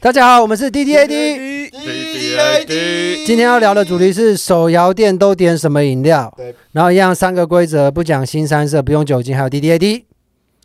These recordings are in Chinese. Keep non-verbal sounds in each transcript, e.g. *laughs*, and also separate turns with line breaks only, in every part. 大家好，我们是 D D A D。今天要聊的主题是手摇店都点什么饮料
对，
然后一样三个规则，不讲新三色，不用酒精，还有 D D A D。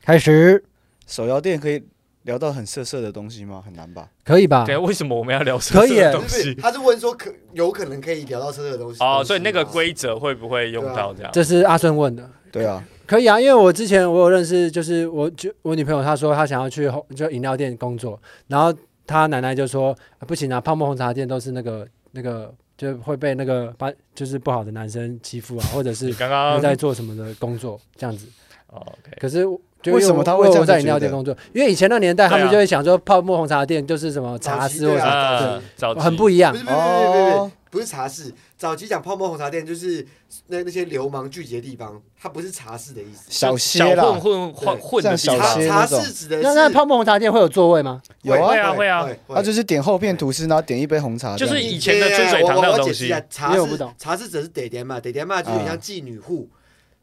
开始
手摇店可以聊到很色色的东西吗？很难吧？
可以吧
对，？为什么我们要聊色
啊可
色
以耶
的东
不是，
西？
他是问说可有可能可以聊到车的东西
哦，所以那个
龟
规则会不会用到这样？
这是阿顺问的。
对啊，
可以啊，因为我之前我有认识，就是我就我女朋友她说她想要去红就饮料店工作，然后她奶奶就说、啊不行啊，泡沫红茶店都是那个 *laughs* 那个就会被那个把就是不好的男生欺负啊，或者
你
*laughs* 是
刚
又
刚
在做什么的工作这样子。
哦，OK，
可是我就
为
因
什么
我
他
因
会
为
这样
我
子
在
觉
饮料店
得
工作，因为以前那年代他
对
们
啊
就会想说泡沫红茶店就是什么茶室或
对
者
啊
什
早期
啊，早
么，
期
很不一样
不是。不是不是不是不
哦
是，不是茶室。早期讲泡沫红茶店就是那那些流氓聚集的地方，它不是茶室的意思。
小
小
歇啦
混，混混混的
像
地
小
方
茶
歇
茶
那种
室指的是
那那泡沫红茶店会有座位吗？
有
会
啊，
啊会啊，
会
他就是点厚片吐司，然后点一杯红茶这
就
样子，
是以前的春水堂
我
那
我
种
我
东
解释一
西
下，，茶
因为
室
我不懂
茶室指的是得点嘛，得点嘛就有点
啊
像妓女户，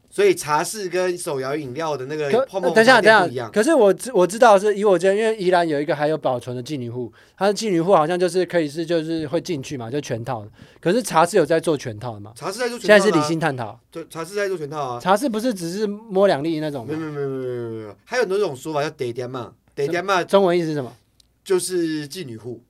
所以茶室跟手摇饮料的那个
可
泡沫
等
红
一下，
茶店
等
不
一
一
下，
样。
可是我知我知道是以我这，因为宜兰有一个还有保存的妓女户，它的妓女户好像就是可以是就是会进去嘛，就全套的。可是茶室有在做全套的嘛？
茶室在做全
现在
套
是
的
理
啊
性，探讨，
对，茶室在做全套啊。
茶室不是只是摸两粒那种
没有
吗？
没有没有没有没有没有没有，还有很多种说法叫得点嘛，得点嘛
中文意思是什么？
就是妓女户，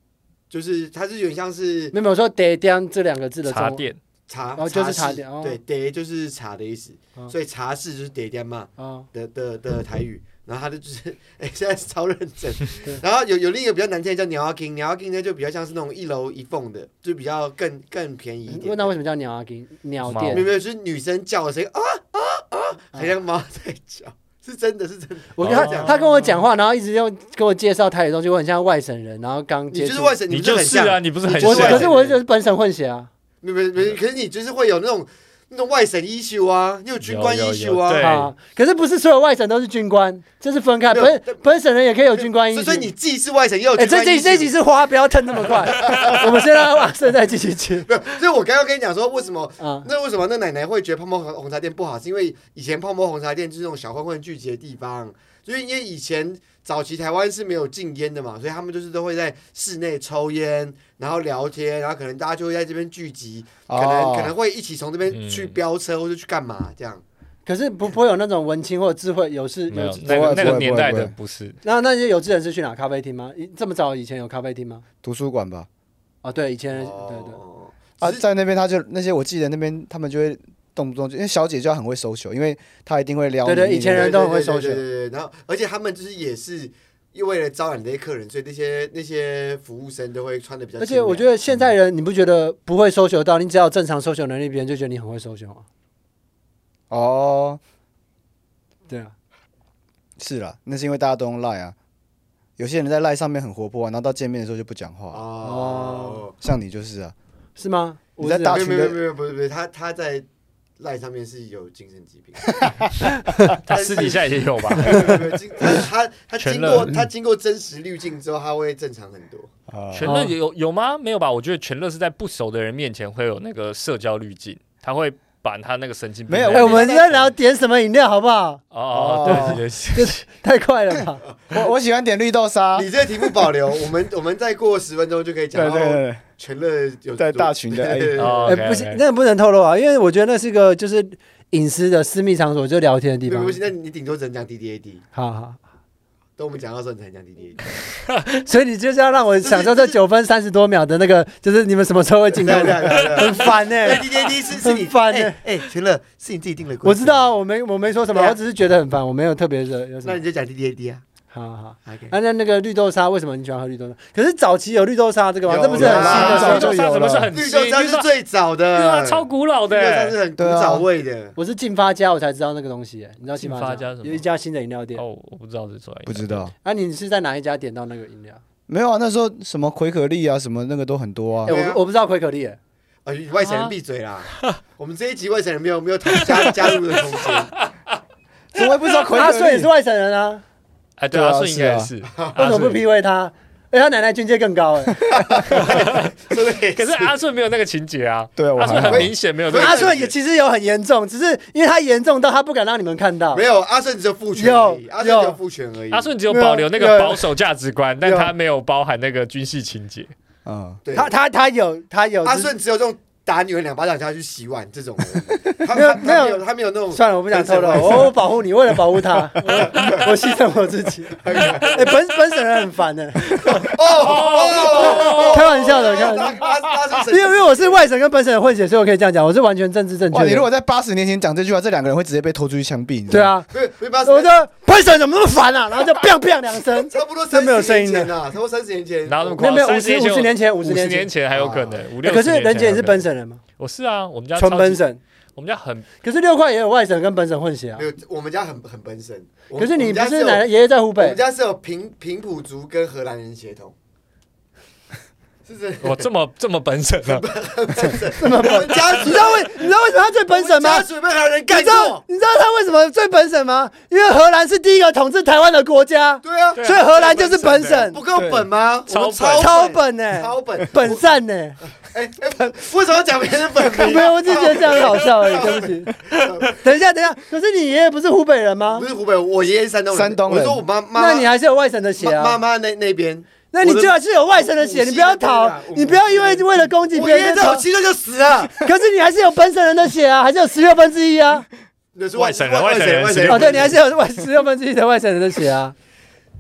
就是它是有点像是
没有，我说“得当”这两个字的中
茶
文。
店
茶，
哦就是茶
室
点哦
对，得就是茶的意思，
哦
所以茶室就是得点嘛
哦，
的的的台语。然后他就就是， *laughs* 哎、现在是超认真
*laughs* 对。
然后有有另一个比较难听的叫鸟阿 king，鸟阿 king 呢就比较像是那种一楼一凤的，就比较更更便宜一点。
问他为什么叫鸟阿金鸟
猫
店
没有？没有，就是女生叫的声音啊啊啊，很像猫在叫，是真的是真的。
我觉得
哦
他他跟我讲话，然后一直用跟我介绍台语东西，我很像外省人，然后刚
你
接
就
触
是。外省，
你
们就
就
很
是
像。
啊，你不是很
你就
我
是外
像
可
省
是
人
我就是本省混血啊，
没没没，可是你就是会有那种那种外省 issue 啊，你有军官
有有
issue
有
啊，
对
啊，可是不是所有外省都是军官，这是分开，
没有
本
但
本省人也可以有军官意识。
所以你既是外省也有
哎，
军官
这这这集
issue。
是花，不要蹭那
*laughs*
么快，我们先让哇现在继续吃
没有，所以我刚刚跟你讲说，为什么
啊。
那为什么那奶奶会觉得泡沫红红茶店不好，是因为以前泡沫红茶店就是那种小混混聚集的地方，就是因为以前早期台湾是没有禁烟的嘛，所以他们就是都会在室内抽烟，然后聊天，然后可能大家就会在这边聚集，可能
哦
可能会一起从这边
嗯
去飙车或者去干嘛这样。
可是不不会有那种文青或者智慧有事
没
有
有
志，
那
不
个
会
那
不
个
会
年
不
代
会
的
不
不是
那那些有志人士去哪？咖啡厅吗？一这么早以前有咖啡厅吗？
图书馆吧。
哦，对，以前对对。
哦
啊，
只是
在那边他就那些，我记得那边他们就会动不动就，因为小姐就要很会收球，因为她一定会撩你。
对对以前人
对
都
对
很会
对
收
对
学
对对对，然后而且他们就是也是因为为了招揽这些客人，所以那些那些服务生都会穿的比较。
而且我觉，得现在人，你不觉得不会搜求到？你只要有正常搜求能力，别人就觉得你很会搜求啊。
哦，
对啊，
是啦，那是因为大家都用赖啊。有些人在赖上面很活泼、啊，然后到见面的时候就不讲话、啊
哦，
像你就是啊，
是吗？
你
我
在
是
大
没有
学
没有没有不是不是，他他在赖上面是有精神疾病，
他私底下也有
*laughs*
吧？
没有没有没有经他他他
全
经
乐
过他经过真实滤镜之后，他会正常很多。
啊
全
哦
乐有有吗？没有吧？我觉得全乐是在不熟的人面前会有那个社交滤镜，他会把他那个神经病
没有
的
哎、我们在聊点什么饮料好不好？ *laughs*
哦哦，对对对，
太快了吧！
我我喜欢点绿豆沙。
你这个题目保留，我们我们再过十分钟就可以讲
对对
到
对
全乐有
对，在大
学
群的哎，
哦
哎、
OK，
不行
OK
那个不能透露啊，因为我觉得那是个就是隐私的私密场所，就聊天的地
对
方
不。行，那你顶多只能讲 D D A D，
好好， *laughs*
等我们讲到的时候你才能讲 D D A D。
所以你就是要让我享受这九分三十多秒的那个，就是你们什么时候会进
对
攻
对
的，
对对。
很烦 *laughs* 呢、
对 D D D 是是你
很烦欸
哎哎，全乐是你自己定的规则
我知道啊，我没我没说什么，
对啊
我只是觉得很烦，我没有特别的有什
那
么
你。就讲 D D A D 啊。
好好好。
OK，
啊，那那个绿豆沙，为什么你喜欢喝绿豆沙？可是早期有绿豆沙这个吗？
有
这不是很
有
新
啊
的
早
事
就
情吗？
什
有
么是很
绿
新
豆沙是最早
对啊，
的，
超古老
绿豆沙
的。
是很古早味的。
我是进发家，我才知道那个东西。你知道进
进
发
发家什么
有一家新的饮料店。
哦，我不知道是什么，
不知道，
啊，你是在哪一家点到那个饮料？
没有啊，那时候什么葵可丽啊，什么那个都很多啊
哎，。
对啊
我我不知道奎可丽耶。
啊，外省人闭嘴啦！我们这一集外省人没有没有同加加入的空间。
我也不知道葵
阿
可
顺也
丽
是。外省人啊，
哎，对
对啊
阿顺应该也是，
为
为
什么不 P 位他？哎、他奶奶军阶更高哎、
真的。
可是阿顺没有那个情节啊，
对啊，我
阿顺
还
很
好。
明显没有那个
阿顺也其实有很严重，只是因为他严重到他不敢让你们看到
没。有阿顺只有父权而已，
有
阿顺只
有
有父权而已。
阿顺只有保留那
没有
个保守价值观，但
有
他没有包含那个军事情节。
嗯，
对
他他他有他有
阿
只是
顺只有这种打女人两巴掌叫她去洗碗这种人，他
没有
他他没
没有
有他没有那种
算了，我不想透露，我我保护你，为了保护他，
*laughs*
我我牺牲我自己。哎、本本省人很烦的、
哦哦，
开玩笑的开玩笑
笑。阿阿
因为
顺
因为我是外省跟本省的混血，所以我可以这样讲，我是完全政治正
哇，你
确
如
的。
果在八十年前讲这句话，这两个人会直接被投出去枪毙。你知
对
道吗，
啊，
不是不是不
我
是
就本省怎么那么烦啊，然后就 *laughs* biang biang 两声，
差不多
这
三
没有
十
声
年
音的
前啊，差不多三十年前，
哪有那
没
么
有
夸张
没有，五
30
十
年
五
前
十年前，五十
五
前
十年。前还有可能，五六
哎可是
人
人姐也是本，省人嘛，
我是啊，我们家
纯
超级
本，省。
我们家很
可是六块也有外省跟本省混血啊
没。有，我们家很很本省。我
可是
我
你
们
不
家
是
有
奶奶爷爷在湖
我
北
们，家是有平平埔族跟荷兰人血
*laughs*
统，是真的。
我这么这么本省啊，
你
我们家族
知
*laughs*
道为你知道为什么他最本省
我
吗
们家？族被荷兰人
你
干
知道
过。
你知道他为什么最本省吗？因为荷兰是第一个统治台湾的国家，
对啊，
对啊
所以荷兰就是本省
不，够本吗？
对
我们
超
超
本，
本呢，
超本，
本善欸呢。
哎哎，为什么要讲别人的本名？
*laughs* 没有，我只是觉得这样很好笑而已，对不起。 *laughs* 等一下，等一下，可是你爷爷不是湖北人吗
不？是湖北，我爷爷是山东人。
山东人
我说我妈妈，
那你还是有外省的血
妈妈
啊。
妈那那边，
那你
我的
最好是有外省的血，
我的
你不要
我
逃
的啊我，的
你不要因为为了攻击
我
别
爷爷
人
在我
逃。
七岁就
*laughs*
死了。
可是你还是有本省人的血啊，还是有十六分之一啊。
那是
外省人
外
外省人
外省
随便
人。
哦，对，你还是有外十六分之一的外省人的血 *laughs* 啊，你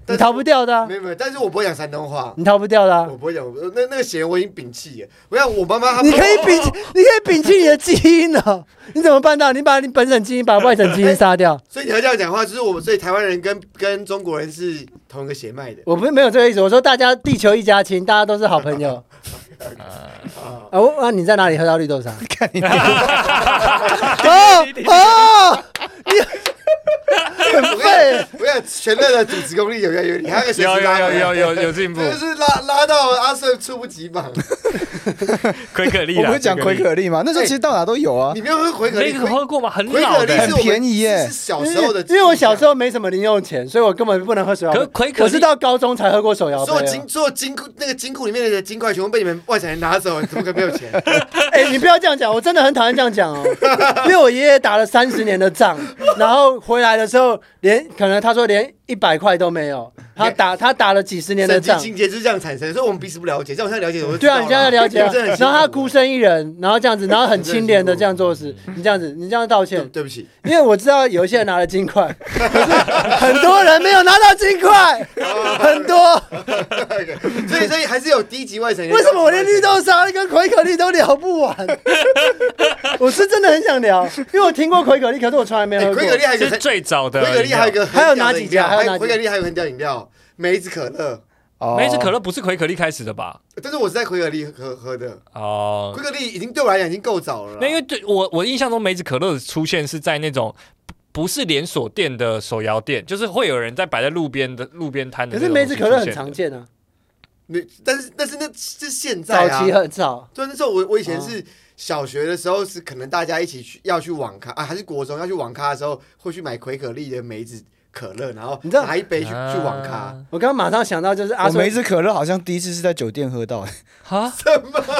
但是
逃不掉的啊
没，有没有，但是我不会讲山东话，
你逃不掉的啊
我。不会讲，我那那个血我已经摒弃了。我想我妈妈她
你可以摒弃，你可以摒弃你的基因哦。你怎么办到？你把你本省基因，把外省基因杀掉？
所以你要这样讲话，就是我们所以台湾人跟跟中国人是同一个血
*laughs*
脉的
*laughs* 我不是没有这个意思，我说大家地球一家亲，大家都是好朋
*laughs*
友。
啊。
啊，我啊，你在哪里喝到绿豆 *laughs* 沙？
看你
哦哦，
我跟你讲，我跟你讲，全乐的主持功力有越来越厉害，他可以随
有
时
有
拉回
有
来
有有有进步
这，就是拉拉到阿顺猝不及防。
奎可丽
我
啦，
不是讲
奎
奎
可丽，
可力
啊
吗？那时候其实到哪都有啊
你。没有回可
那
力，
个喝过吗？很
回可
老
力
的
是
欸
我，们
很便宜耶
是小时候的，
因为我小时候没什么零用钱，所以我根本不能喝手摇
可是
杯。
奎可
我是
丽
到高中才喝过手摇杯
所有
哦
金。所有金库那个金库里面的金块全部被你们外省人拿走，你怎么可能
*laughs*
没有钱？
哎，你不要这样讲，我真的很讨厌这样
*laughs*
讲哦。因为我爷爷打了三十年的仗，然后回来的时候连可能他说连一百块都没有，他打他打了几十年的
省级
仗。
情节就是这样产生，所以我们彼此不了解，这样我现在了解我就知
对
道
啊，你现在了解啊
我真的。很辛
然
苦
后他孤身一人，然后这样子，然后很清廉的这样做
*laughs*
事，你这样子，你这样道
对
歉，
对不起， *laughs*
因为我知道有一些人拿了金块，可是很多人没有拿到金块，
哦
很多。
所以所以还是有低级外省人。
为什么我连绿豆沙跟葵可丽都聊不
*laughs*
完？我是真的很想聊，因为我听过葵可丽，可是我从来没
哎
喝过
奎。可力还有一
是
个，
最早的
奎
饮料。
可力还有一个很
还有哪
屌的
几
饮料
家还有哪几
奎可力还有一个很屌饮料，梅子可乐，
哦
梅子可乐不是奎可丽开始的吧？
但是我是在奎可力喝喝的，
哦
奎，可力已经对我来讲已经够早
啊
了啦。
那因为对我我印象中梅子可乐的出现是在那种不不是连锁店的手摇店，就是会有人在摆在路边的路边摊的
可
那
是
种
梅
东
子可乐
西出现的。
很常见啊，
没，但是但是那是现在
早
啊，
期很早。
对，那时候我我以前
哦
是小学的时候，是可能大家一起去要去网咖啊，还是国中要去网咖的时候，会去买奎可力的梅子可乐，然后
你知道
拿一杯去、去网咖。
我刚刚马上想到就是阿
我
顺
梅，子可乐好像第一次是在酒店喝到的，
啊？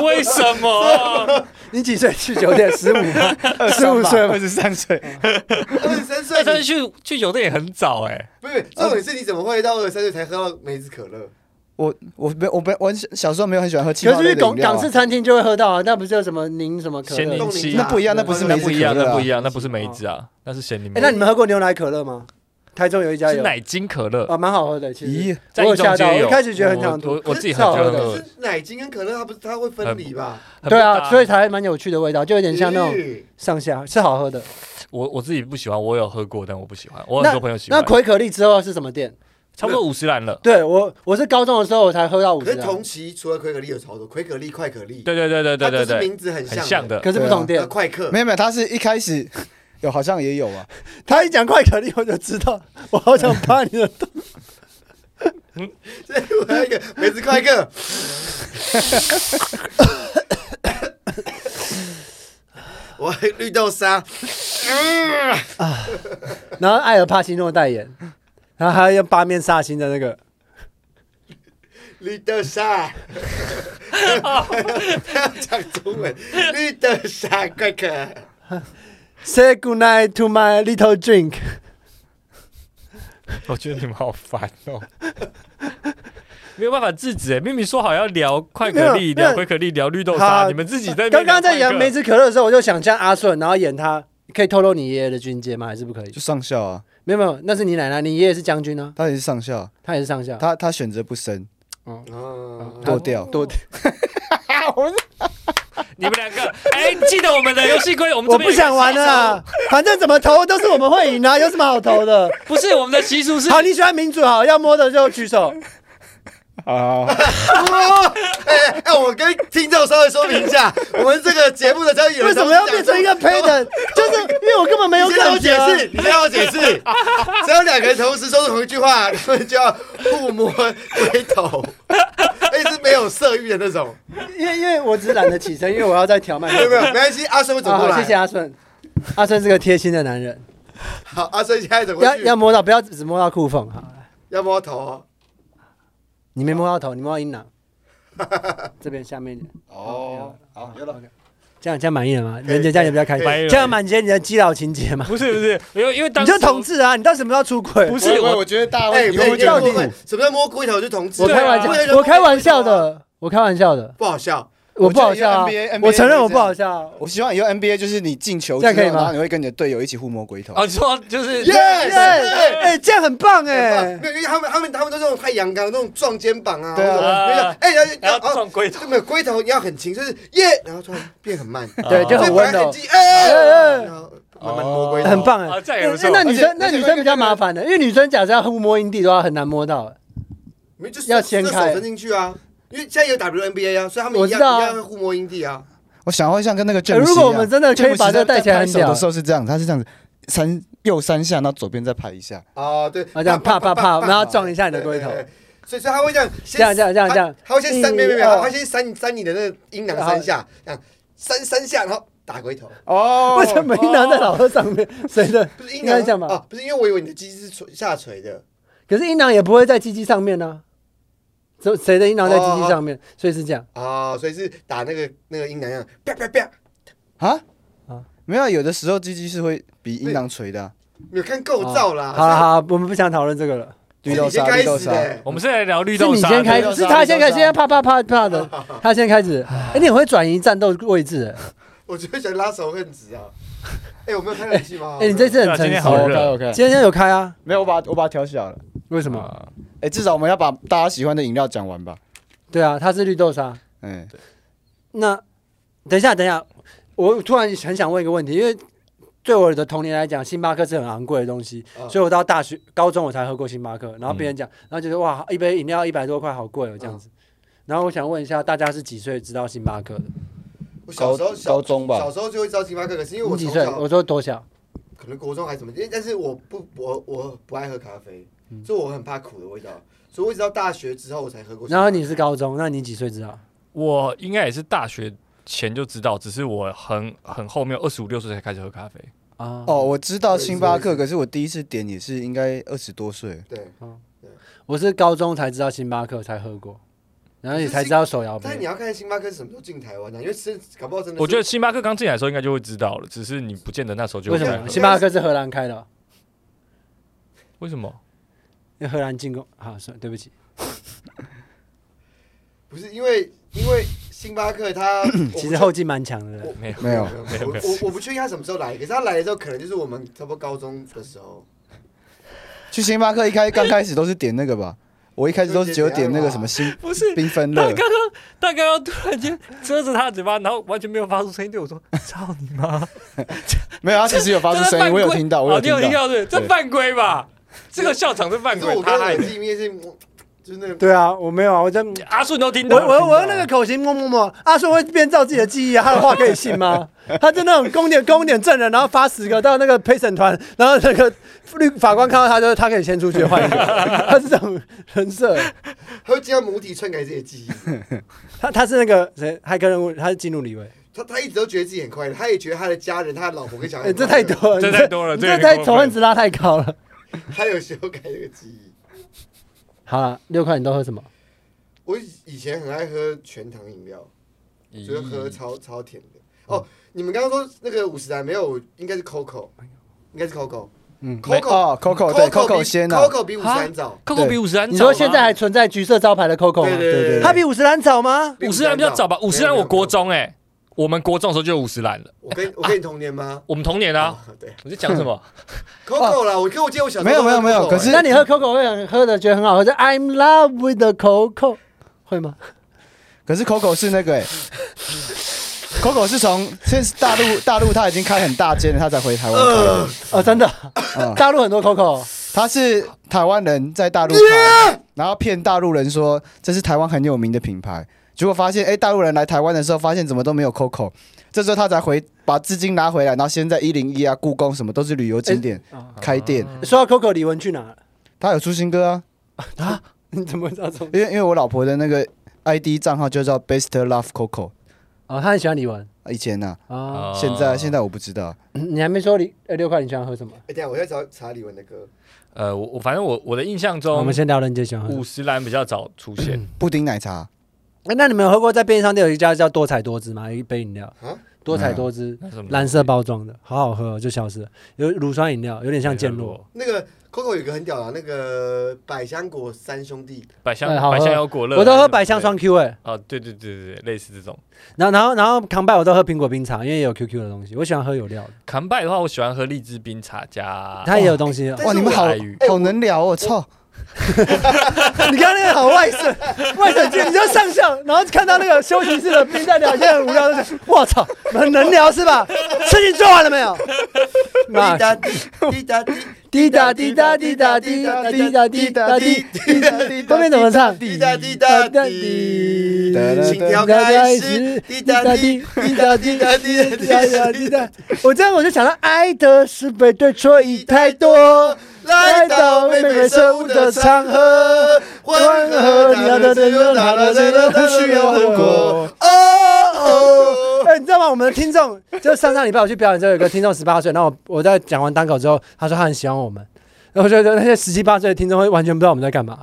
为什么？
你几岁去酒店？十五， *laughs* 十五岁吗
二十三岁，
二
*laughs*
十三岁
那，他
你
去去酒店也很早哎、
不是重点是你怎么会到二十三岁才喝到梅子可乐？
我我没我没我小时候没有很喜欢喝气
可
泡
是
类
去
的
港
饮料
港
啊
式。餐厅就会喝到啊，那不是有什么柠什么可
咸柠
乐？
冻
七
柠
那
茶
不一样那不是
啊那
梅子
不
可
一样，
乐啊
那不一样，那不是梅子啊，那是咸柠檬
哎，，那你们喝过牛奶可乐吗？台中有一家
是
有，
奶精可乐。
啊，蛮好喝的。其实
咦，
在
我有
一中
吓到，
街
我
有，
一开始觉得很想
我
吐
我。我自己
可是
很
好
喜
喝
欢
的
喝
可，是奶精跟可乐，它不是它会分离吧？
很不
对
搭
啊，所以才蛮有趣的味道，就有点像那种
咦
上下是好喝的。
我我自己不喜欢，我有喝过，但我不喜欢，我很
那
多朋友喜欢
那。葵可丽之后是什么店？
差不多五十兰了，
对我，我是高中的时候我才喝到五
可
十
啊
是
兰，
同期除了奎可力有超多，奎可力、快可力，
对对对对对对
它就是
对，
名字很
很
像
像
的，
的。
可是不同
那
店。
快客
没有没有，他是一开始有好像也有
*laughs*
啊，
他一讲快可丽，我就知道，我好想扒你的头。
所以我要一个 *laughs* 梅子快客。 *laughs* 我还绿豆沙，
然后艾尔帕西诺代言，然后还要用八面煞星的那个，
绿豆沙， *laughs* 他要讲中文，绿豆沙快可，
Say good night to my little drink。
*laughs* 我觉得你们好烦
*laughs*
哦。没有办法制止哎，明明说好要聊快可
没
丽，
有没有
聊快可丽，聊绿豆
好
沙，你们自己在那
刚
边
刚在
聊
演
快可
梅子可乐的时候，我就想像阿顺，然后演他。可以透露你爷爷的军阶吗？还是不可以
就？上校啊，
没有没有，那是你奶奶，你爷爷是将军啊，
他也是上校，
他也是上校。
他他选择不升，
啊
哦，
剁掉，
多
你们两个，哎，记得我们的游戏规，我们这
我
边
不
有一个
想玩了啊，反正怎么投都是我们会赢啊，有什么好投的？
*laughs* 不是我们的习俗是，
好，你喜欢民主好，要摸的就举手。
啊，
哎哎，我跟听众稍微说
*laughs*
明一下，我们这个节目的交易
为什么要变成一个 p a 就是因为我根本没有
你先让我
感
解
觉啊。
释，你先让我解释。
*laughs*
只要两个人同时说同一句话， *laughs* 他们就要互摸龟
*laughs*
头，而且是没有色欲的那种。
因为因为我只是懒得起身，因为我要再调慢。
*laughs* 没有没有，没关系，阿顺会走
啊
过
好，
来。
谢谢阿顺。阿顺是个贴心的男人，
好，阿顺现在走过
要
去，
要摸到，不要只摸到裤缝哈。好
要摸头哦。
你没摸到头，你摸到阴囊，这边下面一点，
哦，好，有了，
这样这样满意了吗？人杰这样也比较开心
可以可，以
这样满足你的基佬情节嘛？
不是不是，因为因为当
你
时
就同志啊，你到底什么时候出轨？
不
不
是我，
我觉得大
哎，
卫
没有
有
你
到
有
底
过分，什么叫摸龟头就同志？啊
我开玩
对
笑，我开玩笑，的，我开玩笑的，
不好笑。
我不好笑啊
我觉得有 NBA
我承认我不好笑啊。
我希望以后 NBA 就是你进球之
这
后，
样可以吗
然后你会跟你的队友一起互摸龟头。
哦，你说就是
耶
哎哎哎，这样很棒哎
没。有，因为他们他们他们都是那种太阳刚，那种撞肩膀啊，
对啊
或者
对啊
哎要
然
要
后
哦，
撞龟头，
就没有龟头，你要很轻，就是耶，然后突然变很慢，
*laughs* 对，就很温
所以本来
柔
很，近哎，
哎哎
然后慢慢摸龟头，
很棒
啊，
哎。
这样也
那那女
不错。
而
生
且
那
而且
女
那
生
个
比较麻烦的，因为女生假设要互摸阴蒂的话，很难摸到。
没就是
要掀开
这手伸进去啊，因为现在有 WNBA 啊，所以他们
我
一
知
样
道啊
一样会互摸阴蒂啊。
我想要像跟那个詹
呃
姆斯
如
一样，
果我们真的可以把这个
在
带起来，
拍
很
手
屌
的。时候是这样，他是这样子，三右三下，然后左边再拍一下。
哦，对，
啊，这样啪啪啪，然后撞一
一
下你的龟头。
所以所以他会这样，先
这样这样这样这样哎哦
他他会先扇，
一
没有没有没有，
二
他先扇扇你的那个阴囊三下，这样扇三下，然后打龟头，
*laughs*
哦
为什么阴囊在老二上面？谁的？
不是阴
应该
囊
是这样吧
哦，不是，因为我以为你的鸡是垂下垂的，
可是阴囊也不会在鸡鸡上面呢、啊，谁谁的阴囊在鸡鸡上面？所以是这样。
哦，所以是打那个那个阴囊一样，啪啪啪，
啊
啊
没有啊，有的时候鸡鸡是会比阴囊垂的啊，
没有看构造啦。
哦好了好了，我们不想讨论这个了。
是
绿豆
哦你先
沙，
开
绿豆
始
沙。
的，
我们是来聊绿
是
豆
你
沙的，
先开
绿豆，沙
是他先开，
绿豆沙
现在啪啪啪啪的，他先开始。哎、你很会转移战斗位置、哎
我就想拉手恨
*laughs*
值啊。哎，我没有开冷气吗？
哎、你这次很成
对啊今天
熟。
好热
OK，
今天有开啊？
没有，我把我把它调小了。
为
哦
什么？
啊
哎，至少我们要把大家喜欢的饮料讲完吧。
对啊，它是绿豆沙。
嗯，
那等一下，等一下，我突然很想问一个问题，因为对我的童年来讲，星巴克是很昂贵的东西，
嗯
所以我到大学、高中我才喝过星巴克。然后别人讲，然后就得哇，一杯饮料一百多块，好贵哦，这样子。
嗯
然后我想问一下，大家是几岁知道星巴克的？
我小时候小
高中吧
小时候就会知道星巴克，可是因为我
你几
从
岁？
小
我说多小？
可能国中还是什么，因为但是我不我我不爱喝咖啡，
嗯
所以我很怕苦的味道，所以我一直到大学之后我才喝过星
然
巴克。
后你是高中，那你几岁知道？
我应该也是大学前就知道，只是我很很后面二十五六岁才开始喝咖啡。
啊，
哦，，我知道星巴
我也
克，
是
可是我第一次点也是应该二十多岁。
对，
我是高中才知道星巴克，才喝过，然后也才知道手摇
但是你
杯。
要看星巴克是什么时候进台湾的、啊因为是搞不好真的是。
我觉得星巴克刚进来的时候应该就会知道了，只是你不见得那时候就
为
会
什
开
么
喝。
星巴克是荷兰开的哦？
为什么？
因为荷兰进攻。好，算了，对不起。
不是因为因为星巴克它
*coughs* 其实后劲蛮强的。
我
没有
没有
我不我我不确定他什么时候来，可是他来的时候可能就是我们差不多高中的时候。
去星巴克一开刚开始都是点那个吧，我一开始都是只有点那个什么星
不是
缤纷
他
乐
刚。刚他刚刚突然间遮着他的嘴巴，然后完全没有发出声音，对我说：“操你妈
没有，他其实有！”发出
这是
声
犯
音，我
规
有听到，我
哦
有
你有
听
到
到。
对，这
对
犯规吧？这个校场是犯
可是
规，
我
他
跟
害
我
的
自。己面是，就是那个
对啊，我没有啊，我在
阿顺都听
我
到了，
我我用那个口型摸摸摸，阿顺啊会编造自己的记忆啊，他的话可以信 *laughs* 吗？他就那种公点公点证人，然后发十个到那个陪审团，然后那个律法官看到他就他可以先出去 *laughs* 换一个，他是这种人设，
他会进到母体篡改自己的记忆。
他他是那个谁骇客任务，他是激怒李维，
他他一直都觉得自己很快乐，他也觉得他的家人、他的老婆跟小
哎、
孩很
这
快
太
乐，
多了，
这
你
太多了
你
这
这
也
太
过分
仇恨值拉太高了。
他有修改这个记忆。
好了，六块你都喝什么？
我我以前很爱喝全糖饮料，觉得喝超超甜的。哦，你们刚刚说那个五十岚没有，应该是 Coco，应该是 Coco。
嗯
Coco-
哦 Coco 对 Coco
比
先啊，
Coco 比五十岚早，
Coco 比五十岚早吗，
你说现在还存在橘色招牌的 Coco
对
吗？
对
对
对，
它比五十岚早吗？
比
五十岚比较早吧？
没有
五十岚我国，
没有
中哎、我们国中的时候就有五十岚了，
我
*laughs*
跟我跟你同年吗？
我们童年啊。
哦，对
我在讲什 *laughs* 么？
，Coco 啦，我跟我记得我小时候
没
都
有
喝
没有没有
Coco，
可是
哎
那你喝 Coco 会很喝的觉得很好喝，就 I'm love with the Coco 会吗？
可是 Coco 是那个哎、Coco 是从现在是大陆大陆他已经开很大间了，他才回台湾开的。
哦，真的
嗯，
大陆很多 Coco，
他是台湾人在大陆
啊
开，然后骗大陆人说这是台湾很有名的品牌，结果发现哎、诶大陆人来台湾的时候发现怎么都没有 Coco，这时候他才回把资金拿回来，然后先在一零一啊故宫什么都是旅游景点、开店，
说到 Coco，李玟去哪了？
他有出新歌啊，
你怎么知道这种？
因为因为我老婆的那个 ID 账号就叫 Best Love Coco，
哦，他很喜欢李玟
以前呐、
哦，
哦
现在现在我不知道，
你还没说李呃六块你喜欢喝什么？
哎等一下我在找查李玟的歌，
呃，我我反正我我的印象
我
中
们，先聊人杰喜欢喝什么
五。十岚比较早出现。
布丁奶茶
哎，那你们有喝过在便利商店有一家叫多彩多姿吗？有一杯饮料
啊，
多彩多姿，
那什么
蓝色包装的，好好喝哦，就消失了。有乳酸饮料，有点像健
没喝
洛，
那个 Coco 有个很屌啊，那个百香果三兄弟，
百香
哎好喝
百香有果乐，
我都喝百香双 Q 哎、
啊，对对对对对，类似这种。
然后然后然后康拜我都喝苹果冰茶，因为也有 QQ 的东西，我喜欢喝有料的，
康拜的话，我喜欢喝荔枝冰茶加
它也有东西。
但是
哇，你们
我哎
好
爱语
好能聊哦，操！
*laughs* 你刚刚那个好外省，外省剧，你就上校，然后看到那个休息室的冰在聊，现在很无聊，就是我操，能能聊是吧？事情做完了没 *laughs* 有？
滴答滴滴答滴
滴答 *laughs* 滴答滴答滴答滴答滴答滴，后面怎么唱？
滴答滴答滴，心跳开始，滴答滴滴答滴答
*laughs*
滴答滴答滴答，
我这样我就想到，爱的是非对错已太多，
来到妹妹生物的场合，
欢
欢
和
和
你
你
要
要
的
的
人
人
有
有
哪
哪
的
的
人
人
都
都
不
不
需
需
要
要
后
后
果
果。
哦哦，哎，你知道吗？我们的听众就上上礼拜我去表演之后，有个听众十八岁，然后我我在讲完单口之后，他说他很喜欢我们，然后我觉得那些十七八岁的听众会完全不知道我们在干嘛，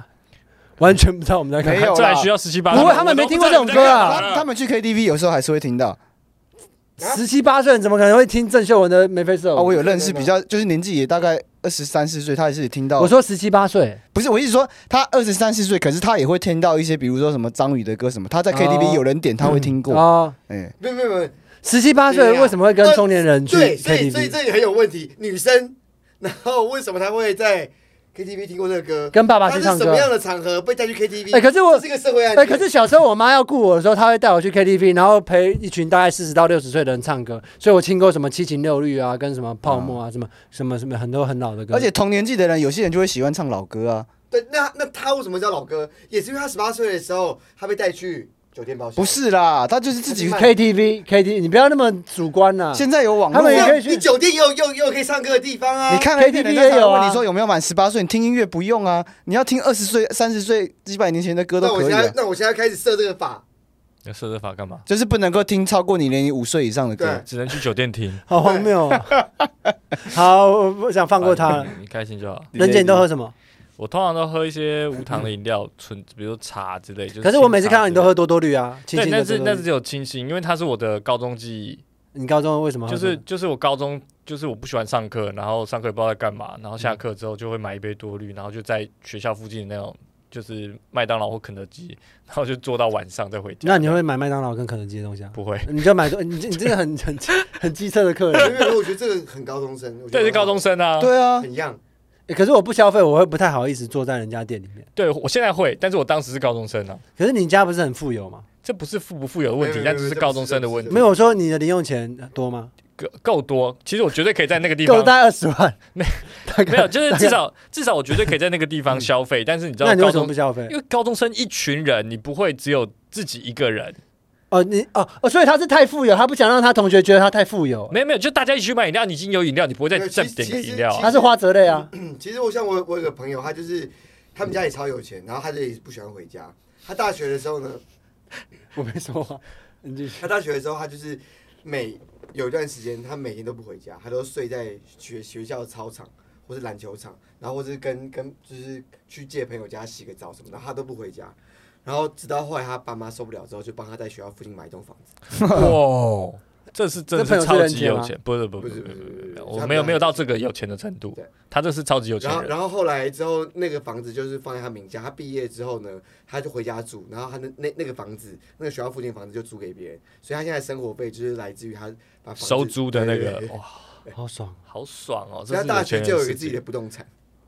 完全不知道我们在干
没
嘛
有。啦
这还需要十七八？
啊不会他们没听过这种歌啊
他他们去 KTV 有时候还是会听到
啊
十七八岁人怎么可能会听郑秀文的眉飞色
啊，
哦
舞？
我有认识比较就是年纪也大概二十三四岁，他也是听
哦
到。
我说十七八岁，
不是，我一直说他二十三四岁，可是他也会听到一些，比如说什么张宇的歌什么，他在 KTV
哦
有人点，他会听过。
哦，
哎，
没有没有没有，
十七八岁为什么会跟中年人去
对，所以所以
KTV？
这也很有问题。女生，然后为什么她会在 KTV 听过这个歌？
跟爸爸
她
去
是
唱
什
歌
么？样的场合被带去 KTV？
哎，可是我
这是一个社会案
哎、
件。
可是小时候我妈要雇我的时候，她会带我去 KTV，然后陪一群大概四十到六十岁的人唱歌，所以我听过什么七情六律啊，跟什么泡沫啊，什么什么什么很多很老的歌。
而且同年纪的人，有些人就会喜欢唱老歌啊。
对，那那他为什么叫老哥？也是因为他十八岁的时候，他被带去酒店包厢。
不，是啦，他就是自己
慢。
KTV KTV，你不要那么主观呐、
现在有网
他
络
们也
啊，
可以去
你酒店也有又又可以唱歌的地方啊。
你看
KTV
人家
也有啊
问你说有没有满十八岁，你听音乐不用啊，你要听二十岁、三十岁、几百年前的歌
那
都
我
可以
现
啊
在，那我现在开始设这个法，
要设置法干嘛？
就是不能够听超过你年龄五岁以上的歌
对。
只能去酒店听。
好荒谬、
*laughs*
哦。好，我不想 *laughs* 放过他了
啊。你你开心就好。
任姐，你都喝什么？
我通常都喝一些无糖的饮料， *laughs* 纯比如茶之类。就
可是我每次看到你都
喝，
喝多多绿啊，清
对，
新
那
的
是
多多
那
绿
是只有清新，因为它是我的高中记忆。
你高中为什么喝
就
这个？
是就是我高中就是我不喜欢上课，然后上课也不知道在干嘛，然后下课之后就会买一杯多绿，然后就在学校附近的那种就是麦当劳或肯德基，然后就坐到晚上再回家。
那你会买麦当劳跟肯德基的东西啊？
不会？
你就买多，你你真的很很很机车的客人。 *laughs*
因为我觉得这个很高中生，
*laughs*
我觉
对，
得
是高中生啊。
对啊，
*laughs*
很样。
欸可是我不消费，我会不太好意思坐在人家店里面。
对，我现在会，但是我当时是高中生啊。
可是你家不是很富有吗？
这不是富不富有的问
没
题，
有没有
但只是高中生的问题
对
没，有，我说你的零用钱多吗？
够够多。其实我绝对可以在那个地
够
方，
大概二十万，
没
大概
*laughs* 没有，就是
大概
至少至少我绝对可以在那个地方消费。但是你知道
那你
高
为什么
中
不，消费
因？为高中生一群人，你不会只有自己一个人。
哦，你哦哦，所以他是太富有，他不想让他同学觉得他太富有，
没有没有，就大家一起去买饮料，你已经有饮料，你不会再
没有
再
其实
点个
其实
饮料啊
他。是花泽类
*laughs*
啊。
嗯，其实我像我我有个朋友，他就是他们家里超有钱，然后他就也不喜欢回家。他大学的时候呢，
我没说话，你继续。
他大学的时候他就是每有一段时间，他每天都不回家，他都睡在学学校操场或是篮球场，然后或是跟跟就是去借朋友家洗个澡什么的，他都不回家。然后直到后来他爸妈受不了之后，就帮他在学校附近买一栋房子。
哇，这是真的
那朋友是
是超
人
级
杰
有
吗
钱，不是
不
不是不
是
是
不
不
是
是
不是
不是，
他
我
们
没有
还
没有到这个有钱的程度
对，
他这是超级有钱
然后，
人，
然后后来之后，那个房子就是放在他名下。他毕业之后呢，他就回家住，然后他的那那个房子，那个学校附近的房子就租给别人，所以他现在生活费就是来自于他把房子
收租的那
对对
个
对
哇，
好爽。
好爽哦，
所以
这
他
是
大
有
学
钱
就
人
有一
世
个自己的
界，
不动产。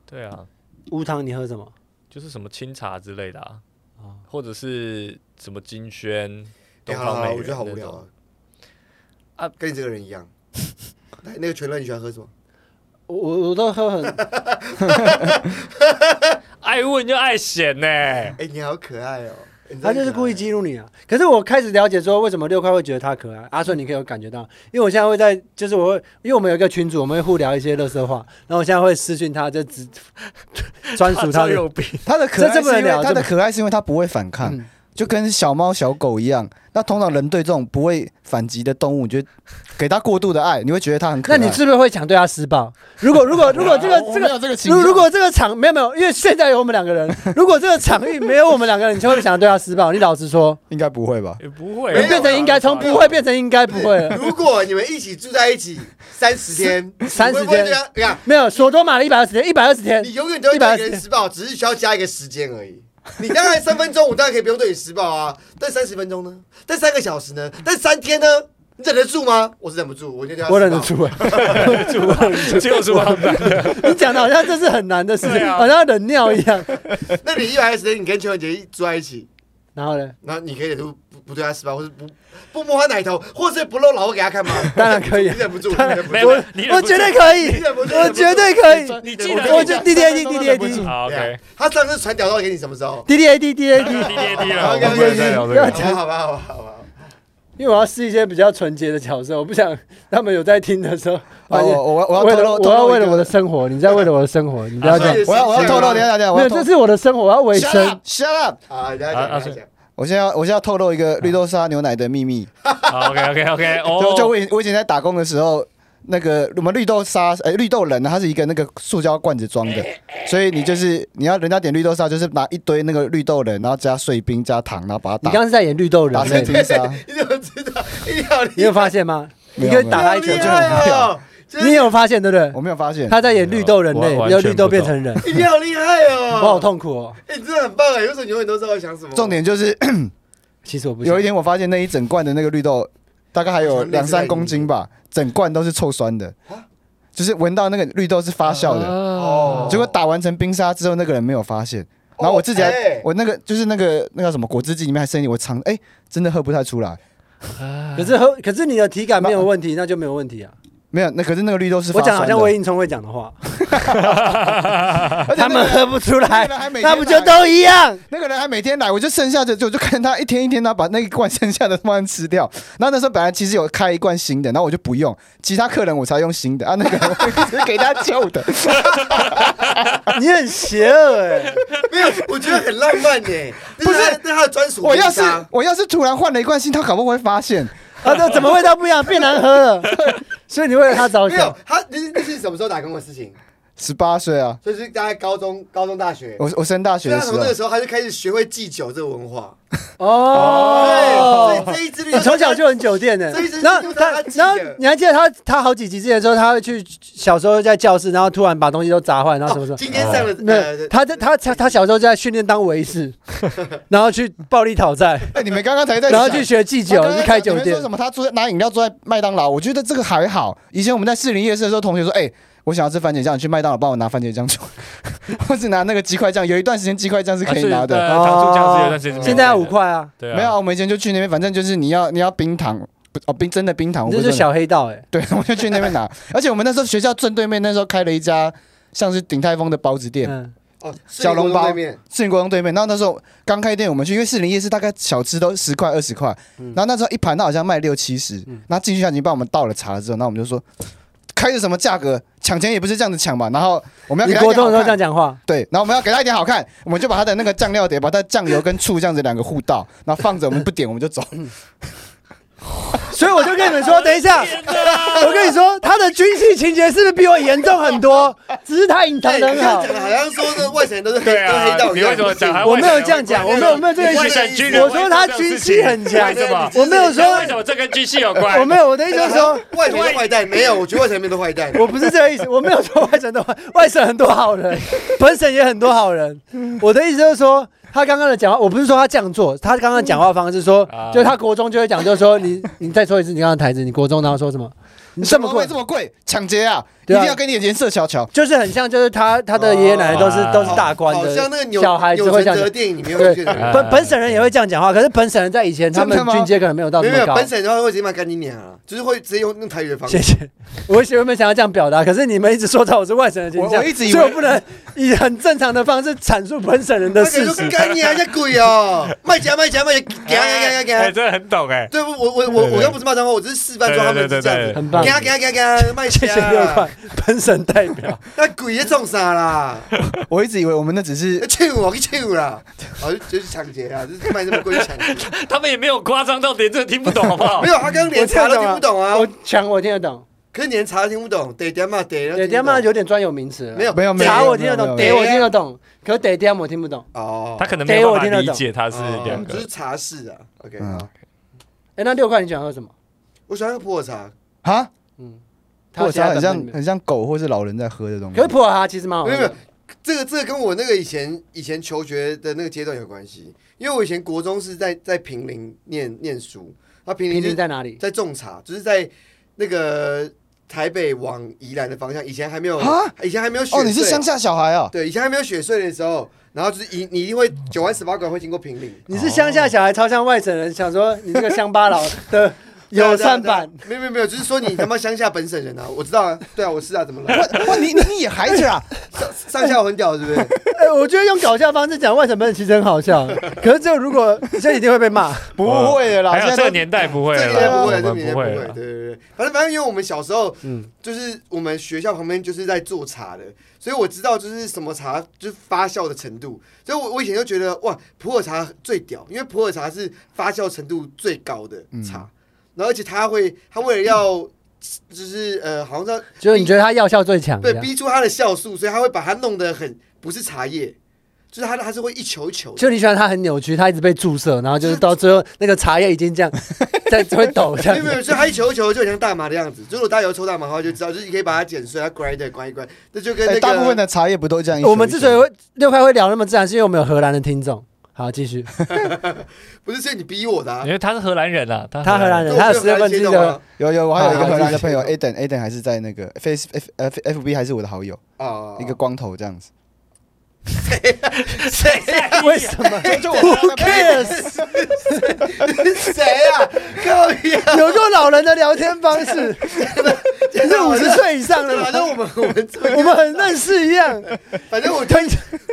对啊，
无糖你喝什么？
就是什么清茶之类的啊
哦，
或者是什么金萱、
哎
东
好了
方
好了，
美
我
人
觉得好无
那
聊
种
啊。啊，跟你这个人一 *laughs* 样。来，那个全乐你喜欢喝什么？
我我我都喝很，
爱问就爱显
*laughs*
呢，
哎、你好可爱哦、你真的
他就是
可爱
故意
*laughs*
激怒你啊。可是我开始了解说为什么六块会觉得他可爱，阿顺你可以有感觉到，因为我现在会在，就是我会，因为我们有一个群组，我们会互聊一些乐色话，然后我现在会私讯他，就只 *laughs* 专属他
超
的
有病，
他的可爱
这这不
是
能
因为
聊
他的
这
可爱是因为他不会反抗，
嗯
就跟小猫小狗一样。那通常人对这种不会反击的动物，你就给他过度的爱，你会觉得他很可
那
爱。
你是不是会想对他施暴？如果如果如果这个
哦我
这
没
个，
有这个情
如
况，
如果这个场没有没有，因为现在有我们两个人，如果这个场域没有我们两个人，你就会想对他施暴。你老实说，
应该不会吧？
也不会
没有
啊
你变成应该从不会变成应该不会啊了。
如果你们一起住在
*laughs*
一起三十天，
30
你会不会
天
这样，你看，
没有，索多玛的一百二十天，一百二十天
你，永远都会对
120
一个人施暴，只是需要加一个时间而
*laughs*
已。你当然三分钟，我当然可以不用对你施暴啊。但三十分钟呢？但三个小时呢？但三天呢？你忍得住吗？我是忍不住，我就对他施暴
我忍得。住哎。
*laughs* 结果是王丹，
*laughs*
*laughs* 你讲的好像这是很难的事
对
情，
啊
好像忍尿一
*laughs*
样。
那你一百二十天，你跟邱文杰一住在一起，
然后呢？
那你可以忍住不不对他施暴，或是不不摸他奶头，或是不露老婆给他看吗？
当然可以
你
啊，
忍不住，你忍不
没
住
有，没有，你忍
我
不
绝
住
对可
你
以，
忍不住，
我绝对可以。
你
记
记
得
得
我就 D D A D D
*laughs*
A D
好 OK，
他上次传屌照给你什么时候？
D D A D D A
滴
D，
滴滴了，我
好
们不能再聊这
好
个。
讲
好吧，好吧，好吧。
因为我要试一些比较纯洁的角色，我不想他们有在听的时候发
哦，
现。
我我我要
为
透
了
露，
我要
透露一
为了
个啊
我的，生活，你在为了我的生活，你不要这样。
我要我要透露，等一下等一下，我
没有，
要透
这是我的生活，我要维
Shut
生
up,。shut up！
啊，等一下
啊啊
讲，等一
是
下讲。
我现在要我现在要透露一个绿豆沙牛奶的秘密。
OK OK OK，
就
哦，
就我以我以前在打工的时候，那个我们绿豆沙，哎、绿豆人呢，它是一个那个塑胶罐子装的，所以你就是你要人家点绿豆沙，就是拿一堆那个绿豆人，然后加碎冰加糖，然后把它
你
打
刚刚是在演绿豆人
打
类的，
成冰沙。
你怎么知道？一条
你
你
有发现吗？
没
你
有
可以打他一
厉
拳，
害哦！就是
你有发现对不对
我？没有发现，
他在演绿豆人类
我，完
要
全
绿豆变成人，
你好厉害
我
哦！
好痛苦哦。
哎，你真的很棒哎！为什么你永远都知道我想什么？
重点就是
其实我哦不想
*coughs* 有一天我发现那一整罐的那个绿豆，大概还有两三公斤吧，整罐都是臭酸的
啊，
就是闻到那个绿豆是发酵
啊
的。
啊
哦
结果打完成冰沙之后，那个人没有发现，然后我自己还、
哦哎
我那个就是那个那个什么果汁机里面还剩一点，我尝哎、真的喝不太出来，
可是喝，可是你的体感没有问题，那就没有问题啊。
没有那可是那个绿豆是
我
发
讲
酸
好
的，
像魏应聪会讲的话，
而且
他
那个
们
人
喝不出
那
来
*laughs* 个人，还每天
那不就
来
都一样？
那个人还每天来，我就剩下的就就看他一天一天他把那一罐剩下的慢慢吃掉，然后那时候本来其实有开一罐新的，然后我就不用，其他客人我才用新的啊，那个 *laughs* 人我只是给他旧的，
你很邪恶哎！
没有，我觉得很浪漫呢。不是，那他的专属
*laughs* 我要
冰
是
沙。
我要是突然换了一罐新，他搞不好会发现，
啊，这怎么味道不一样，变难喝了？所以你为了他着
没有
想，
他，那是那是什么时候打工的事情？
*laughs* 十八岁啊，
就是大概高中、高中、大学。
我我升大学
所以
的
他
时
从那
候
个。时候，他就开始学会祭酒这个文化。
哦
对，所以。这一支绿
你
豆
哦从小就很酒店的、
所以这是
然后
用到
他
他，记
然后
的
你还记得他，他好几集之前说他会去小时候在教室，然后突然把东西都砸坏，然啊后什么什
哦
么。
今天上了呃
没有，他在他他他小时候就在训练当维士，然后去暴力讨债，
哎，你们刚刚才在
然后
想
去学祭酒，去开酒
你们
店
说。什么？他坐在拿饮料坐在麦当劳，我觉得 *laughs* 这个还好。以前我们在士林夜市的时候，同学说：“哎、我想要吃番茄酱，你去麦当劳帮我拿番茄酱去。” *laughs* 我只拿那个鸡块酱，有一段时间鸡块酱是可以拿的。
啊是对糖醋酱汁有一段时间是免费的
现在要五块啊，
对啊，
没有啊，我们以前就去那边，反正就是你要你要冰糖，不哦冰真的冰糖，我
你
不
这
是
是
说
小黑道哎、
对， *laughs* 我就去那边拿。而且我们那时候学校正对面那时候开了一家像是鼎泰丰的包子店，
嗯，
哦，
小笼包
对面，
士林国中对面。然后那时候刚开店，我们去，因为士林夜市大概小吃都十块二十块，
嗯
然后那时候一盘它好像卖六七十，那进去他已经帮我们倒了茶了之后，那我们就说开的什么价格，抢钱也不是这样子抢吧。然后我们要
你
给他
国
一点
中的时候
好
这样
看，
讲话，
对，然后我们要给他一点好看，我们就把他的那个酱料碟，把他酱油跟醋这样子两个互倒，然后放着我们不点我们就走。
所以我就跟你们说，等一下，我跟你说，他的军事情节是不是比我严重很
*laughs*
多？只是他隐藏的
你
很
刚
好
哎
讲。的好像说这外省人都是黑，
对
都是
啊
黑道，一
你
样
为什么讲还
我没有这样讲，我没有我没有这个
外
意思。
省军人
我
会
说
做这
他
种
军
事
心
情
很强
为什么？
我没有说，
为什么这跟军事有关？
我没有，我的意思就是说，
外省是坏蛋没有？我觉得外省人都坏蛋。
我不是这个意思，我没有说外省的坏，外省很多好人，本省也很多好人。我的意思就是说，他刚刚的讲话，我不是说他这样做，他刚刚讲话方式说
啊，
就他国中就会讲，就是说你你再说一次你刚刚的台词，你国中然后说什么？你这么
贵
贵
这，么贵，抢劫啊！一
对啊
定要给你颜色瞧瞧。
就是很像，就是他他的爷爷奶奶都是
哦
都是大官
好像
的，
那个钮
小孩子
钮
会这样
承泽
讲
电影里面
对
会这样讲。
啊
本本省人也会这样讲话，可是本省人在以前他们
真的吗
军阶可能没有到
没
那
有没
么
有，
高。
本省的话会直接骂干你娘啊，就是会直接用用台语的方
谢
式。
谢，我原本想要这样表达，可是你们一直说到我是外省人的形象，
我我一直以为
所以我不能以很正常的方式阐述本省人的
他可
事
能说
实。
干你啊，这鬼哦，卖假卖假卖假，
哎，
给他给他给
哎
他。
真的很懂哎。
对，我我我
对
我
对
我又不是骂脏话，我只是示范说他们是这样子。
很棒
给，他给他给他给他卖 *laughs*
谢
假
谢六块， *laughs* 本省代
*laughs*
表。
那鬼也中啥啦？
*laughs* 我一直以为我们那只是
欠我，去欠我啦！哦，就就是抢劫啊，就是卖这么贵抢劫。
他们也没有夸张到连这个听不懂，好不好
*laughs* 没？有，他刚刚连查都听不懂啊，
我抢我听得懂，
可是连查都听不懂，得点嘛得，
得爹嘛有点专有名词了。
没有
*laughs* 没有没有
茶
没有
我听得懂，
没
得
有
我听得懂，可得爹我听不懂。
哦，
他可能没有办
给
法
我听
理
得
解他是
哦
两
就是
个。
茶室啊。OK，
嗯
好
哎，那六块你喜欢喝什么？
我喜欢喝普洱茶，
啊，
嗯，
或者
现在
它很
本
像
本里面
很像狗或是老人在喝的东西
可是。普洱茶其实蛮好
没
喝
有没有
的。，
这个这个跟我那个以前以前求学的那个阶段有关系，因为我以前国中是在在平陵念念书，那平
平
陵就
林
是
在哪里？
在种茶，就是在那个台北往宜兰的方向，以前还没有
啊，
以前还没有雪
哦，你是
隧
乡下小孩啊？ *laughs*
对，以前还没有雪隧的时候，然后就是一你一定会九弯十八拐会经过平岭，
你是乡下小孩，超像外省人，想说你这个乡巴佬
*laughs*
的友善版。
对啊。对啊对啊没有没有没有，就是说你他妈乡下本省人啊，我知道啊，对啊，我是啊，怎么
*laughs*
了？
哇哇，你你你也孩子啊？
上下我很屌是不是？
哎，我觉得用搞笑方式讲外省人其实很好笑，可是这个如果这一定会被骂。
*laughs* 不会啊的啦，
还
现
有这
在都哎
个年代不会
这个
了啦，
年代不会，这
我
个
们
年代
不
不
会
会，
了
对。对对。反正反正，因为我们小时候
嗯，
就是我们学校旁边就是在做茶的，所以我知道就是什么茶就是发酵的程度，所以我我以前就觉得哇，普洱茶最屌，因为普洱茶是发酵程度最高的
嗯
茶，然后而且它会，它为了要就是呃，好像是要
*laughs* 就是你觉得他药效最强，
对
这样
逼出它的酵素，所以它会把它弄得很不是茶叶，就是它它是会一球一球的。
就你喜欢他很扭曲，他一直被注射，然后就是到最后那个茶叶已经这 *laughs* 样在会抖这
没有没
样。
有，就它一球一球就很像大麻的样子。就如果大家有抽大麻的话，就知道，就是你可以把它剪碎，它 grinder 关一关，那就跟那
哎
个
大部分的茶叶不都这样一球一球？
我们之所以会六块会聊那么自然，是因为我们有荷兰的听众。好，继续。
不是是你逼我的、啊
因。为他是荷兰人啊，他
他荷兰
那
人，
啊我
他有
就
十六分之一
接到
的
了
有有，我还有一个
好
荷兰的朋友
好
Aden Aden 还是在那个 Face F F F B 还是我的好友，
啊，
一个光头这样 *laughs* 子。
谁
为什么 *laughs* ？Who cares？
谁啊？靠呀！
有个老人的聊天方式，你是五十岁以上
啊反
的
正
吗，
我们我们
我们很认识一样。
反正我
*laughs*
就
吞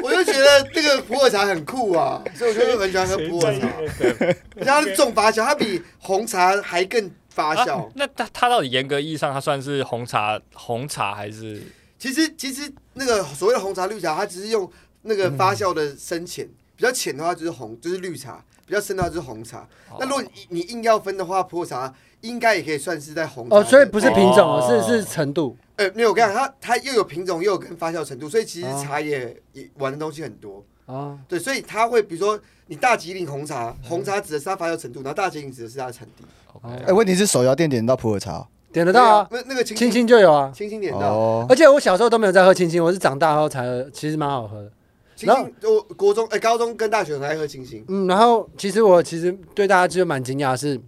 我就觉得这个普洱茶很酷啊，所以我就很喜欢喝普洱茶。而且它是重发酵，它比红茶还更发酵。
啊那他他到底严格意义上，他算是红茶红茶还是
其实其实那个所谓的红茶、绿茶，它只是用那
嗯
个发酵的深浅，比较浅的话就是红，就是绿茶；比较深的话就是红茶。
哦
那如果你你硬要分的话，普洱茶应该也可以算是在红茶的。
哦，所以不是品种哦，
哦
是是程度。
呃，没有，我跟你讲，它它又有品种，又有跟发酵程度，所以其实茶也也玩的东西很多。
哦，
对，所以它会比如说你大吉岭红茶，
嗯
红茶指的是它发酵程度，然后大吉岭指的是它的产地。
哦
哎，问题是手摇店点到普洱茶哦
点得到啊，
对，那那个清
青
清
青就有啊。
清清点到，
哦，
而且我小时候都没有在喝清青，我是长大后才喝，其实蛮好喝的。
清清我国中哎高中跟大学很爱喝清清。
嗯，然后其实我其实对大家就蛮惊讶的是，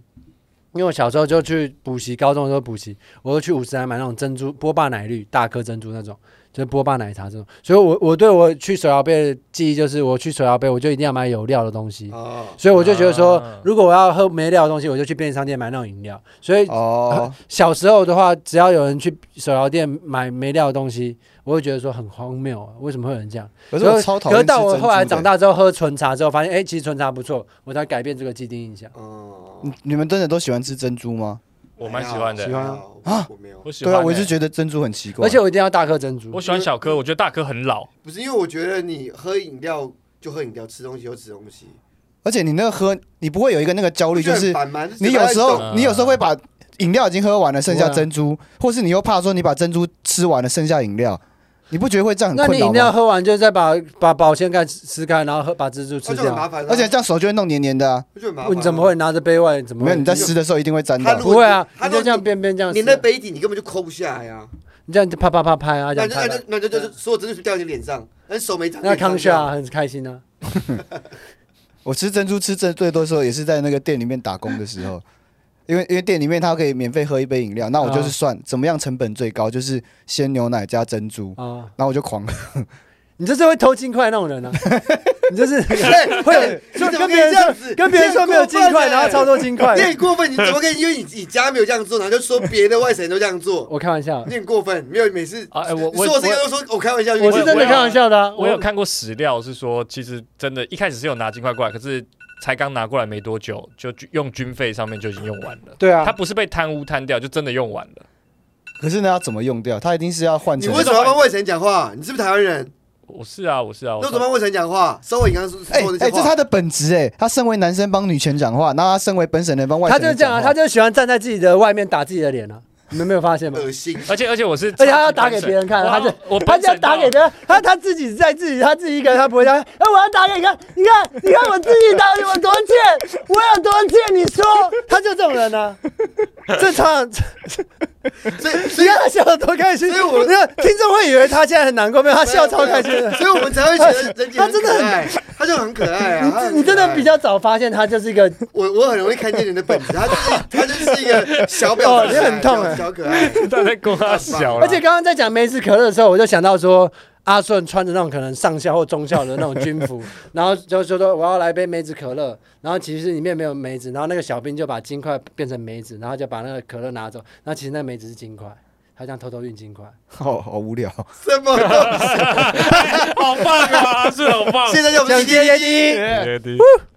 因为我小时候就去补习，高中的时候补习，我就去五十来买那种珍珠波霸奶绿大颗珍珠那种，就是波霸奶茶这种。所以我，我对我去手摇杯的记忆就是，我去手摇杯我就一定要买有料的东西。
哦，
所以我就觉得说
啊，
如果我要喝没料的东西，我就去便利商店买那种饮料。所以
哦，
小时候的话，只要有人去手摇店买没料的东西，我会觉得说很荒谬、啊，为什么会有人这样？
可是我超讨
可是
厌吃珍
到
珠
我
的。
后来长大之后喝纯茶之后，发现哎、诶其实纯茶不错，我才改变这个既定印象。
哦，
你，你们真的都喜欢吃珍珠吗？
我蛮喜欢的
喜
欸，
欢啊，我没有，
我喜欢
对
欸，
啊，我就觉得珍珠很奇怪。
而且我一定要大颗珍珠
我。喜欢小颗，我觉得大颗很老，
不是因为我觉得你喝饮料就喝饮料，吃东西就吃东西，
而且你那个喝，你不会有一个那个焦虑，
我觉得
就
很
是
啊
烦吗？就是
你有时
嘴巴在动
候
动
你有时候会把饮料已经喝完了，剩下
不会啊
珍珠，或是你又怕说你把珍珠吃完了，剩下饮料，你不觉得会这样
那
很
你
困
饮
扰
料
吗？
喝完就再把把保鲜盖撕开，然后喝把蜘蛛
那
吃
就很麻
掉。
烦啊，
而且这样手就会弄黏黏的啊！
那就很麻烦啊。
你怎么会拿着杯外？怎么
没有，
会
你在湿的时候一定会沾
他
到
如。
不会啊？
他
你
如果
就这样边边这样撕
你那杯底你根本就抠不下来啊！
你这样就啪啪啪拍啊，这
那
样
就
拍
那
来
就。那就就是所有珍珠掉你脸上，那手没长。
那康夏很开心啊，
我吃珍珠吃珍最多的时候也是在那个店里面打工的时候，因为因为店里面他可以免费喝一杯饮料，那我就是
啊
算怎么样成本最高，就是鲜牛奶加珍珠，
啊，
然后我就狂喝。
你这是会偷金块那种人啊，你这是
对，
会
你
说
怎
跟
么可以
别人
这样
说
子？
跟别人说没有金块，然后超多金块
你，很过分，你怎么可以？因为你你家没有这样做，然后就说别的外省人都这样做，
我开玩笑，啊
你很过分。没有每次
啊，哎，我
你
我
说这个都
我
说我开玩笑，
我是真的开玩笑的啊，
我有看过史料，是说其实真的，一开始是有拿金块过来，可是才刚拿过来没多久，就用军费上面就已经用完了。
对
他
啊，
不是被贪污贪掉，就真的用完了。
可是呢，要怎么用掉？他一定是要换
你
成
为什么要帮外省人讲话？你是不是台湾人？
我是啊，我是啊，
那为
我是
什么
啊
帮外省人讲话？收尾你刚刚说
哎
说的
哎，
些
这是
话
他。的本质哎、他身为男生帮女权讲话，那他身为本省人帮外
他
省
就是
人
这样
讲话。
啊，他就喜欢站在自己的外面打自己的脸啊，你们没有发
*laughs*
现吗？
恶心，
而且而且我是，
而且他要打给别人看啊
我
他就
我哦
他这样打给
他，
他，他他自己在自己，他自己一个人，他不会这样。哎，我要打给你看，你看，你看我自己打你，我多贱，我有多贱，你说，他就这种人呢、啊。正常，
所以所
你
以
看他笑得多开心，
所以我
你看听众会以为他现在很难过，没有，他笑超开心的。
所以我们才会觉得人姐
他真的
可爱，他就很可爱啊。他很
你真
可
的
爱
比较早发现他就是一个，
我我很容易看见人的本质，他就是他就是一个小婊
哦
子，
你很痛哎
小小可爱。
他在
*laughs*
跟他小了，
而且刚刚在讲梅子可乐的时候，我就想到说。阿顺穿着那种可能上校或中校的那种军服，然后就就说我要来杯梅子可乐，然后其实里面没有梅子，然后那个小兵就把金块变成梅子，然后就把那个可乐拿走，然后其实那个梅子是金块，他这样偷偷运金块。
好好无聊。
什么东西？
好棒啊，是好棒。啊
现在就我们
讲
今天
第一，
对对